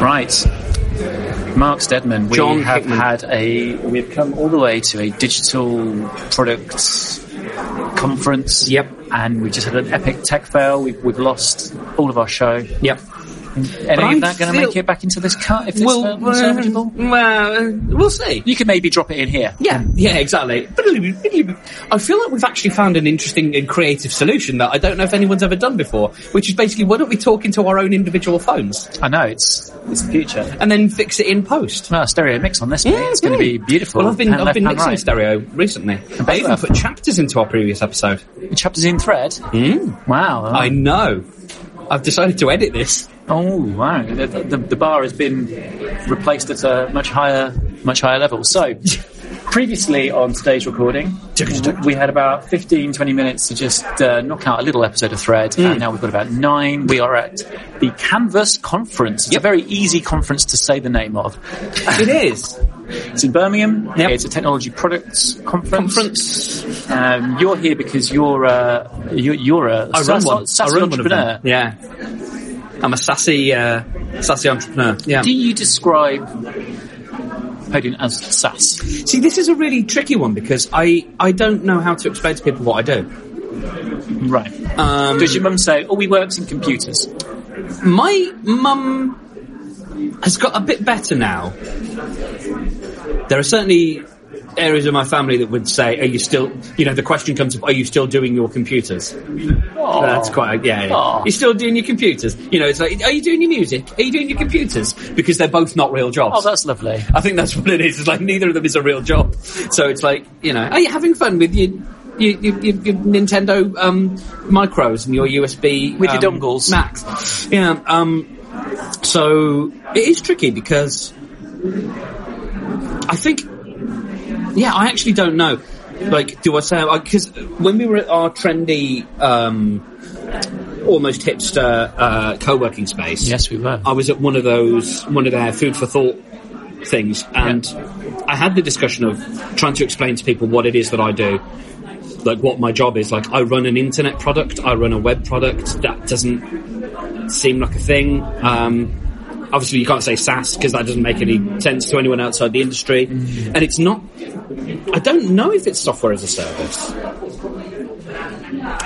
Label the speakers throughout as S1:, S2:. S1: Right. Mark Stedman, we
S2: John
S1: have
S2: Hickman.
S1: had a we've come all the way to a digital products conference.
S2: Yep.
S1: And we just had an epic tech fail. We've, we've lost all of our show.
S2: Yep.
S1: Any
S2: I
S1: of that going to
S2: feel-
S1: make it back into this cut? If this
S2: Well,
S1: well, was
S2: uh,
S1: eligible,
S2: well, uh, we'll see.
S1: you can maybe drop it in here.
S2: Yeah, yeah, exactly. But I feel like we've actually found an interesting and creative solution that I don't know if anyone's ever done before, which is basically why don't we talk into our own individual phones
S1: I know it's it's the future.
S2: and then fix it in post?
S1: Well, stereo mix on this. mate. it's going to be beautiful.
S2: Well, I've been
S1: Pan
S2: I've
S1: left,
S2: been
S1: pan
S2: mixing
S1: right.
S2: stereo recently. I even
S1: left.
S2: put chapters into our previous episode.
S1: Chapters in thread. Wow.
S2: Hmm. I know. I've decided to edit this.
S1: Oh wow! The, the, the bar has been replaced at a much higher, much higher level. So, previously on today's recording, we had about 15, 20 minutes to just uh, knock out a little episode of Thread,
S2: Hmm.
S1: and now we've got about nine. We are at the Canvas Conference. It's a very easy conference to say the name of.
S2: It is.
S1: It's in Birmingham.
S2: Yep.
S1: It's a technology products conference.
S2: Conference.
S1: Um, you're here because you're a you're, you're a
S2: I run
S1: sassy-
S2: one. I
S1: sassy
S2: run one of
S1: entrepreneur.
S2: them. Yeah. I'm a sassy, uh, sassy entrepreneur. Yeah.
S1: Do you describe Podium as sass?
S2: See, this is a really tricky one because I, I don't know how to explain to people what I do.
S1: Right.
S2: Um,
S1: Does your mum say, "Oh, we works in computers"?
S2: my mum has got a bit better now. There are certainly areas of my family that would say, "Are you still?" You know, the question comes up, "Are you still doing your computers?"
S1: Oh.
S2: That's quite yeah. yeah.
S1: Aw.
S2: You're still doing your computers. You know, it's like, "Are you doing your music? Are you doing your computers?" Because they're both not real jobs.
S1: Oh, that's lovely.
S2: I think that's what it is. It's like neither of them is a real job. So it's like, you know, are you having fun with your your, your, your, your Nintendo um, micros and your USB
S1: With your
S2: um,
S1: dongles.
S2: Macs? Yeah. Um, so it is tricky because I think, yeah, I actually don't know. Like, do I say because when we were at our trendy, um, almost hipster uh, co-working space,
S1: Yes, we were.
S2: I was at one of those, one of their food for thought things, and I had the discussion of trying to explain to people what it is that I do, like what my job is. Like, I run an internet product, I run a web product. That doesn't seem like a thing. Um, obviously, you can't say SaaS because that doesn't make any sense to anyone outside the industry, and it's not. I don't know if it's software as a service.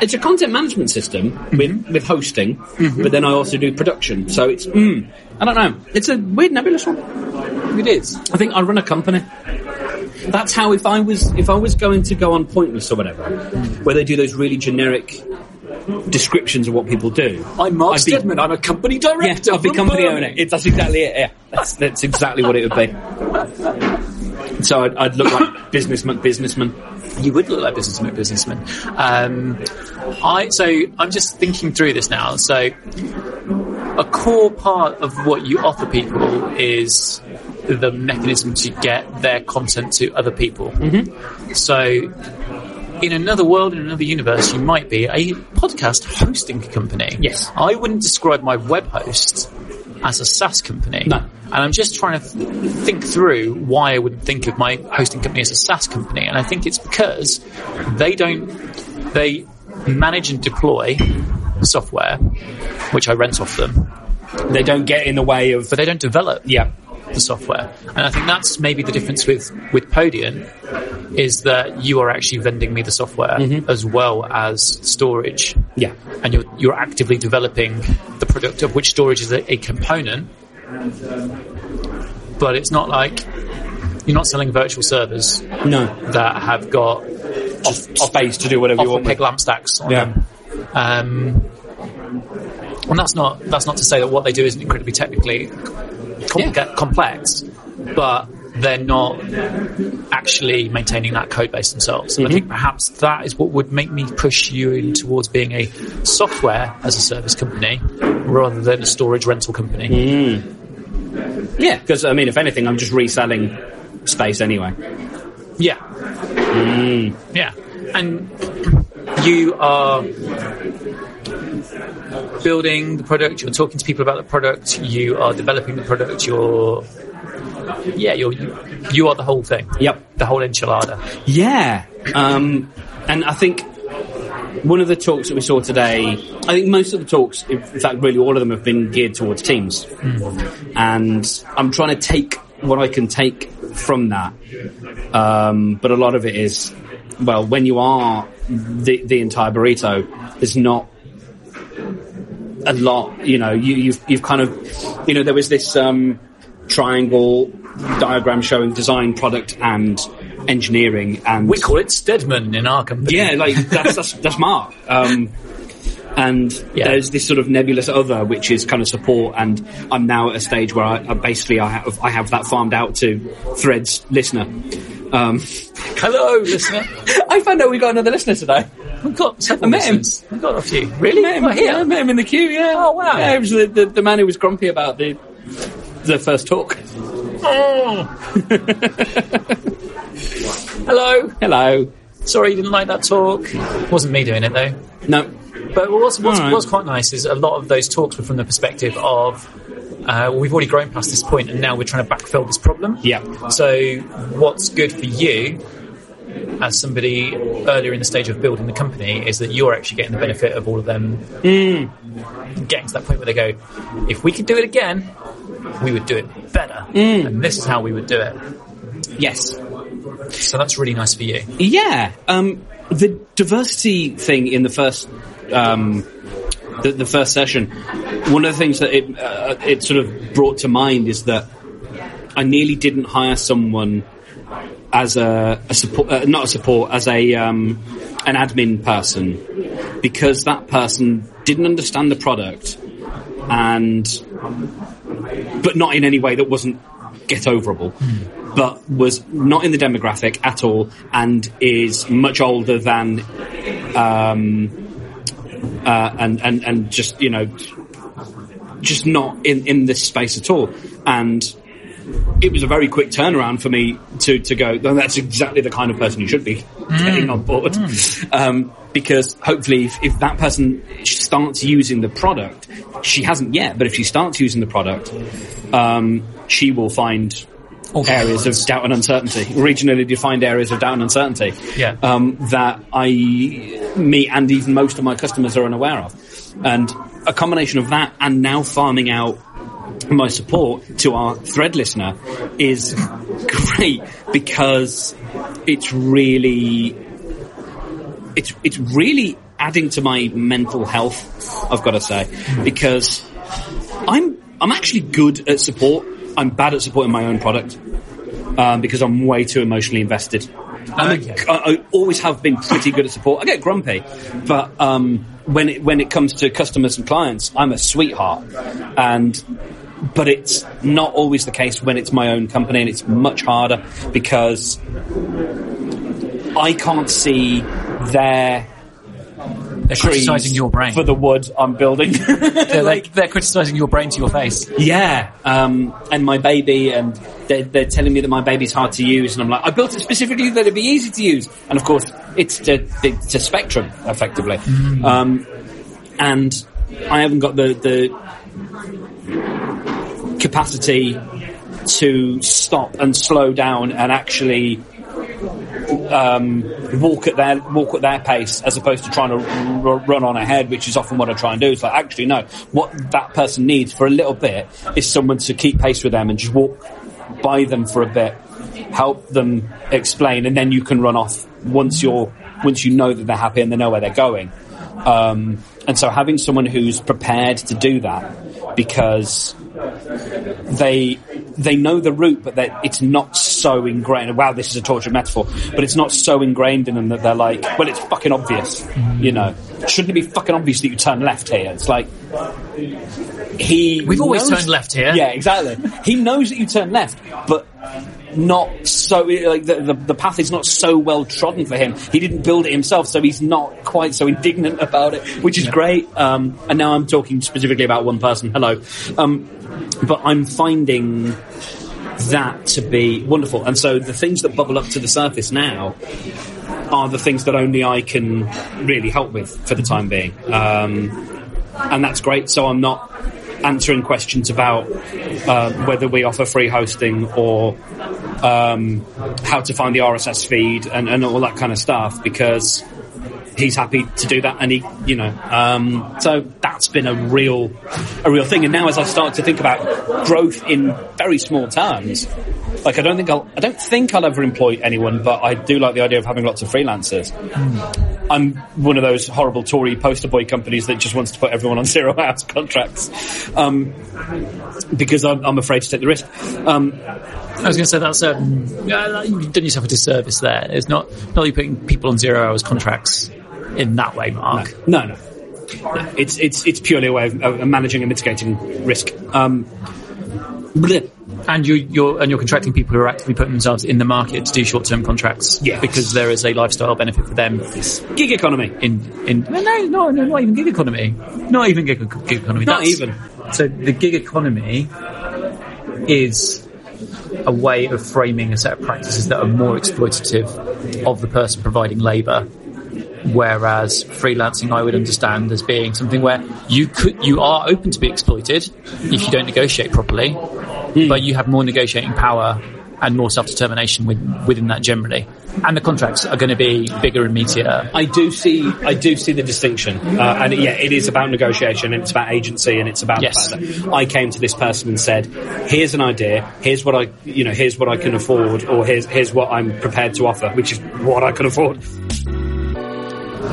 S2: It's a content management system with,
S1: Mm-hmm.
S2: with hosting, but then I also do production. So it's, mm, I don't know. It's a weird nebulous one.
S1: It is.
S2: I think I run a company. That's how if I was if I was going to go on Pointless or whatever,
S1: Mm.
S2: where they do those really generic descriptions of what people do.
S1: I'm Mark
S2: I'd be-
S1: Stedman. I'm a company director.
S2: yeah, I'd be
S1: from
S2: company
S1: Birmingham.
S2: owner. It, that's exactly it. Yeah, that's, that's exactly what it would be. So I'd, I'd look like businessman. Businessman.
S1: You would look like businessman. Businessman. Um, I so I'm just thinking through this now. So a core part of what you offer people is the mechanism to get their content to other people. Mm-hmm. So. In another world, in another universe, you might be a podcast hosting company.
S2: Yes.
S1: I wouldn't describe my web host as a SaaS company.
S2: No.
S1: And I'm just trying to th- think through why I would think of my hosting company as a SaaS company. And I think it's because they don't, they manage and deploy software, which I rent off them,
S2: They don't get in the way of.
S1: but they don't develop
S2: Yeah.
S1: the software. And I think that's maybe the difference with, with Podium is that you are actually vending me the software as well as storage.
S2: Mm-hmm. Yeah.
S1: And you're, you're actively developing the product of which storage is a, a component, but it's not like you're not selling virtual servers
S2: No.
S1: that have got
S2: Just space to do whatever you
S1: off
S2: want.
S1: peg
S2: With.
S1: lamp stacks on
S2: Yeah.
S1: them. Um, and that's not that's not to say that what they do isn't incredibly technically complica- complex, but they're not actually maintaining that code base themselves. And I think perhaps that is what would make me push you in towards being a software as a service company rather than a storage rental company.
S2: Yeah. Because I mean, if anything, I'm just reselling space anyway.
S1: Yeah.
S2: Hmm.
S1: Yeah. And you are building the product, you're talking to people about the product, you are developing the product, you're yeah, you're you are the whole thing.
S2: Yep.
S1: The whole enchilada.
S2: Yeah. Um, and I think one of the talks that we saw today, I think most of the talks, in fact, really all of them have been geared towards teams. And I'm trying to take what I can take from that. Um, but a lot of it is, well, when you are the, the entire burrito, there's not a lot, you know, you, you've, you've kind of, you know, there was this, um, triangle diagram showing design, product and engineering and
S1: We call it Stedman in our company.
S2: yeah, like that's that's, that's Mark. Um, and
S1: Yeah.
S2: there's this sort of nebulous other, which is kind of support. And I'm now at a stage where I, I basically I have I have that farmed out to Threads listener. Um,
S1: Hello, listener.
S2: I found out we got another listeners today.
S1: We've got several
S2: I met him.
S1: listeners. We've got a few. Really?
S2: Met him,
S1: Right here?
S2: yeah, I met him in the queue. Yeah.
S1: Oh, wow.
S2: Yeah, it was the, the, the man who was grumpy about the the first talk. Oh.
S1: Hello.
S2: Hello.
S1: Sorry you didn't like that talk. Wasn't me doing it though.
S2: No,
S1: But what's, what's,
S2: All right.
S1: what's quite nice is a lot of those talks were from the perspective of uh, we've already grown past this point and now we're trying to backfill this problem.
S2: Yeah.
S1: So what's good for you as somebody earlier in the stage of building the company is that you're actually getting the benefit of all of them
S2: Mm.
S1: getting to that point where they go, if we could do it again, we would do it better.
S2: Mm.
S1: And this is how we would do it.
S2: yes.
S1: So that's really nice for you.
S2: Yeah, um, the diversity thing in the first um, the, the first session. One of the things that it uh, it sort of brought to mind is that I nearly didn't hire someone as a, a support, uh, not a support, as a um, an admin person because that person didn't understand the product and but not in any way that wasn't get overable, but was not in the demographic at all, and is much older than, um, uh, and and and just you know, just not in in this space at all, and. It was a very quick turnaround for me to, to go, "No, that's exactly the kind of person you should be getting on board. Um, because hopefully if, if that person starts using the product, she hasn't yet, but if she starts using the product, um, she will find areas of doubt and uncertainty, regionally defined areas of doubt and uncertainty
S1: Yeah.
S2: um, that I, me, and even most of my customers are unaware of. And a combination of that and now farming out my support to our thread listener is great because it's really it's it's really adding to my mental health. I've got to say because I'm I'm actually good at support. I'm bad at supporting my own product um, because I'm way too emotionally invested. I'm a-
S1: Okay.
S2: I, I always have been pretty good at support. I get grumpy, but um, when it when it comes to customers and clients, I'm a sweetheart. And but it's not always the case when it's my own company, and it's much harder because I can't see their
S1: They're
S2: trees
S1: criticizing your brain.
S2: for the wood I'm building.
S1: they're,
S2: like
S1: they're criticizing your brain to your face.
S2: yeah, um, and my baby, and they're, they're telling me that my baby's hard to use, and I'm like, I built it specifically that it'd be easy to use, and of course, it's a, it's a spectrum, effectively,
S1: Mm.
S2: um, and I haven't got the, the capacity to stop and slow down and actually walk at their walk at their pace as opposed to trying to r- run on ahead, which is often what I try and do. It's like actually no, what that person needs for a little bit is someone to keep pace with them and just walk by them for a bit, help them explain, and then you can run off once you're once you know that they're happy and they know where they're going. Um, and so having someone who's prepared to do that because they they know the route, but that it's not so ingrained. Wow, this is a tortured metaphor, but it's not so ingrained in them that they're like, well, it's fucking obvious, you know. Shouldn't it be fucking obvious that you turn left here? It's like he.
S1: We've always
S2: knows-
S1: turned left here.
S2: Yeah, exactly. he knows that you turn left, but not so like the, the the path is not so well trodden for him. He didn't build it himself, so he's not quite so indignant about it, which is great. Um, and now I'm talking specifically about one person. Hello, um, but I'm finding that to be wonderful. And so the things that bubble up to the surface now are the things that only I can really help with for the time being. Um, and that's great. So I'm not answering questions about uh, whether we offer free hosting or um, how to find the RSS feed and, and all that kind of stuff because he's happy to do that, and he, you know, um, so that's been a real, a real thing. And now, as I start to think about growth in very small terms, like I don't think I'll, I don't think I'll ever employ anyone, but I do like the idea of having lots of freelancers. I'm one of those horrible Tory poster boy companies that just wants to put everyone on zero hours contracts, um, because I'm, I'm afraid to take the risk. Um,
S1: I was going to say that's a uh, you've done yourself a disservice there. It's not not you putting people on zero hours contracts in that way, Mark.
S2: No, no. No, It's it's it's purely a way of, of managing and mitigating risk. Um, bleh.
S1: And you, you're and you're contracting people who are actively putting themselves in the market to do short term contracts
S2: Yes.
S1: because there is a lifestyle benefit for them.
S2: gig economy.
S1: In in no no no no not even gig economy, not even gig, gig economy.
S2: Not
S1: That's-
S2: even.
S1: So the gig economy is a way of framing a set of practices that are more exploitative of the person providing labour. Whereas freelancing, I would understand as being something where you could, you are open to be exploited if you don't negotiate properly, but you have more negotiating power and more self-determination with, within that generally. And the contracts are going to be bigger and meatier.
S2: I do see I do see the distinction, uh, and yeah, it is about negotiation, and it's about agency, and it's about the
S1: Yes.
S2: fact that I came to this person and said, "Here's an idea. Here's what I you know. Here's what I can afford, or here's here's what I'm prepared to offer, which is what I can afford."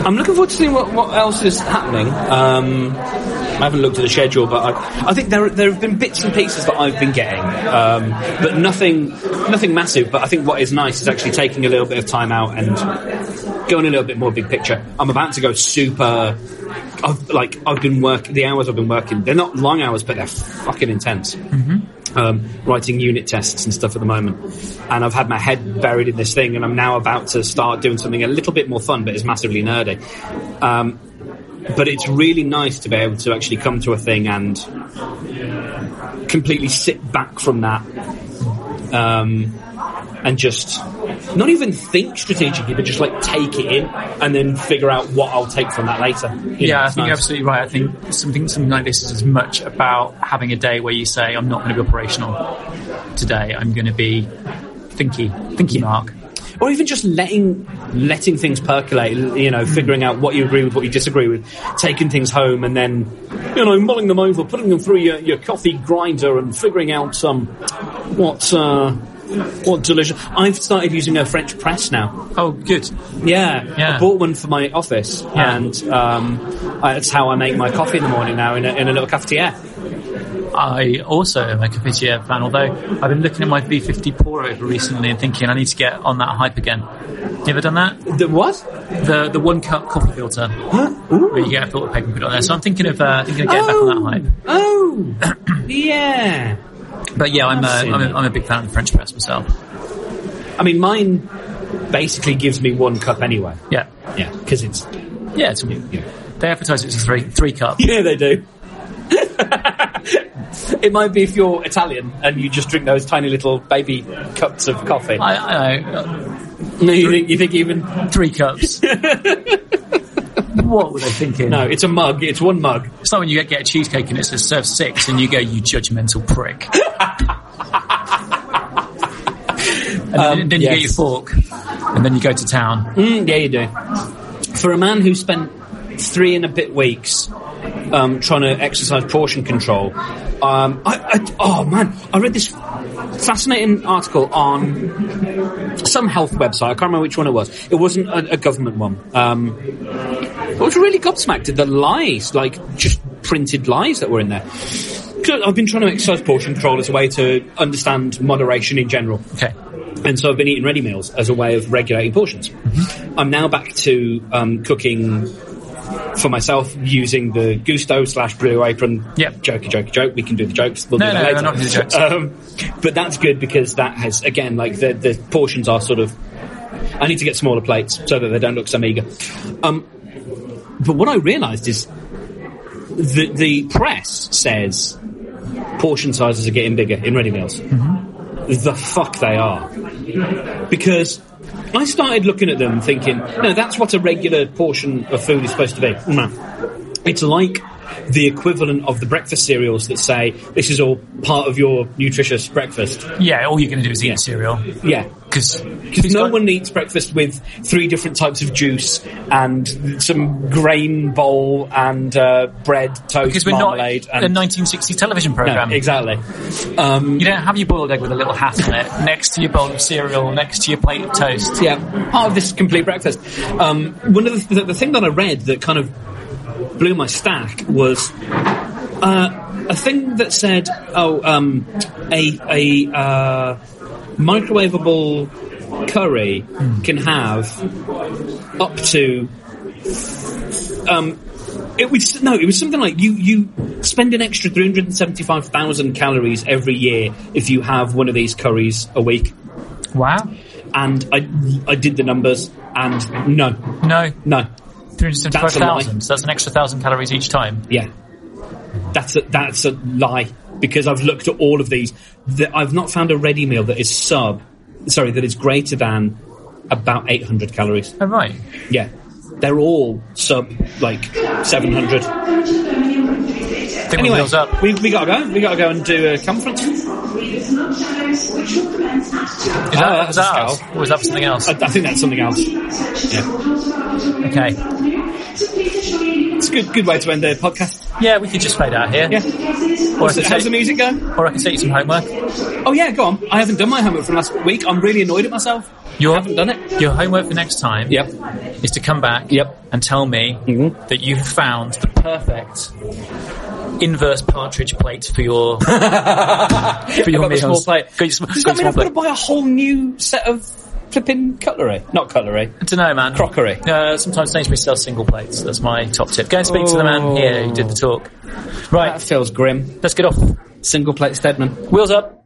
S2: I'm looking forward to seeing what, what else is happening. Um, I haven't looked at the schedule, but I, I think there there have been bits and pieces that I've been getting, um, but nothing nothing massive. But I think what is nice is actually taking a little bit of time out and going a little bit more big picture. I'm about to go super. I've, like I've been work the hours I've been working. They're not long hours, but they're fucking intense. Um, writing unit tests and stuff at the moment, and I've had my head buried in this thing, and I'm now about to start doing something a little bit more fun, but it's massively nerdy. Um, but it's really nice to be able to actually come to a thing and completely sit back from that um, and just not even think strategically, but just like take it in and then figure out what I'll take from that later. You know,
S1: Yeah, I
S2: it's
S1: think you're
S2: nice.
S1: absolutely right. I think something something like this is as much about having a day where you say, "I'm not going to be operational today. I'm going to be thinky, thinky, Mark."
S2: or even just letting letting things percolate. You know, figuring out what you agree with, what you disagree with, taking things home, and then you know mulling them over, putting them through your, your coffee grinder, and figuring out um, what uh, what delicious. I've started using a French press now.
S1: Oh, good.
S2: Yeah,
S1: Yeah.
S2: I bought one for my office,
S1: Yeah.
S2: and um, I, that's how I make my coffee in the morning now in a, in a little cafetiere.
S1: I also am a Cafetiere fan, although I've been looking at my V50 pour over recently and thinking I need to get on that hype again. You ever done that?
S2: The what?
S1: The the one cup coffee filter
S2: Huh? Ooh.
S1: where you get a filter paper and put it on there. So I'm thinking of uh, thinking of getting back on that hype.
S2: Oh, yeah.
S1: But yeah, I'm a,
S2: I've seen
S1: I'm,
S2: it.
S1: a, I'm a big fan of the French press myself.
S2: I mean, mine basically gives me one cup anyway.
S1: Yeah,
S2: Yeah, because it's
S1: yeah. It's,
S2: yeah.
S1: they advertise it as a three three cup.
S2: yeah, they do. it might be if you're Italian and you just drink those tiny little baby cups of coffee.
S1: I, I know. uh,
S2: No, you think you think even
S1: three cups. what were they thinking?
S2: no, it's a mug. It's one mug.
S1: It's like when you get, get a cheesecake and it says serve six and you go, you judgmental prick. and then, then you get your
S2: Um, yes.
S1: fork and then you go to town.
S2: Mm, yeah, you do. For a man who spent three and a bit weeks um, trying to exercise portion control, um, I, I, oh man, I read this fascinating article on some health website. I can't remember which one it was. It wasn't a, a government one. Um, I was really gobsmacked at the lies, like just printed lies that were in there. 'Cause I've been trying to exercise portion control as a way to understand moderation in general.
S1: Okay.
S2: And so I've been eating ready meals as a way of regulating portions.
S1: Mm-hmm.
S2: I'm now back to um, cooking for myself using the Gusto slash Blue Apron.
S1: Yep.
S2: Jokey, jokey, joke. We can do the jokes. We'll
S1: No,
S2: do that
S1: no,
S2: later.
S1: we're not doing the jokes.
S2: Um, but that's good because that has, again, like the, the portions are sort of. I need to get smaller plates so that they don't look so meager. Um, but what I realised is the, the press says portion sizes are getting bigger in ready meals.
S1: Mm-hmm.
S2: The fuck they are. Because I started looking at them thinking, no, that's what a regular portion of food is supposed to be. No. It's like the equivalent of the breakfast cereals that say, this is all part of your nutritious breakfast.
S1: Yeah, all you're going to do is eat
S2: Yeah.
S1: cereal.
S2: Yeah.
S1: Because
S2: Because no one eats breakfast with three different types of juice and some grain bowl and uh, bread, toast,
S1: Because we're not
S2: marmalade,
S1: a
S2: and
S1: 1960s television
S2: No,
S1: program.
S2: exactly.
S1: You don't have your boiled egg with a little hat on it, next to your bowl of cereal, next to your plate of toast.
S2: Yeah, part of this complete breakfast. Um, one of the, the, the thing that I read that kind of blew my stack was uh, a thing that said, "Oh, um, a a uh, microwavable curry can have up to." Um, it was no, it was something like you you spend an extra three hundred and seventy five thousand calories every year if you have one of these curries a week
S1: Wow.
S2: and I I did the numbers and no
S1: No,
S2: no
S1: 375,000. So that's an extra 1,000 calories each time.
S2: yeah that's a, that's a lie because I've looked at all of these that I've not found a ready meal that is sub sorry that is greater than about 800 calories
S1: Oh, right.
S2: yeah they're all sub like 700
S1: I think anyway.
S2: anyway
S1: wheels up.
S2: we we gotta go we gotta go and do a conference
S1: Is that,
S2: that
S1: was
S2: was
S1: that
S2: ours.
S1: ours? Or was that something else?
S2: I, I think that's something else
S1: Okay.
S2: it's a good good way to end the podcast
S1: Yeah, we could just fade out here.
S2: yeah
S1: Or, I
S2: so
S1: could
S2: how's
S1: take,
S2: the music going
S1: or I could take you some homework.
S2: Oh yeah, go on. I haven't done my homework from last week. I'm really annoyed at myself.
S1: Your,
S2: haven't done it.
S1: Your homework for next time
S2: Yep.
S1: is to come back
S2: Yep.
S1: and tell me
S2: Mhm.
S1: that you have found the perfect inverse partridge plate for your for your
S2: I've got the
S1: meals.
S2: small plate.
S1: Got your sm-
S2: Does
S1: got your small
S2: that mean I've got to
S1: plate.
S2: buy a whole new set of flipping cutlery? Not cutlery.
S1: I don't know, man.
S2: Crockery.
S1: Uh, sometimes Sainsbury's sells single plates. That's my top tip. Go and speak to the man
S2: Oh.
S1: here who did the talk. Right,
S2: feels grim.
S1: let's get off.
S2: Single plate Stedman.
S1: Wheels up.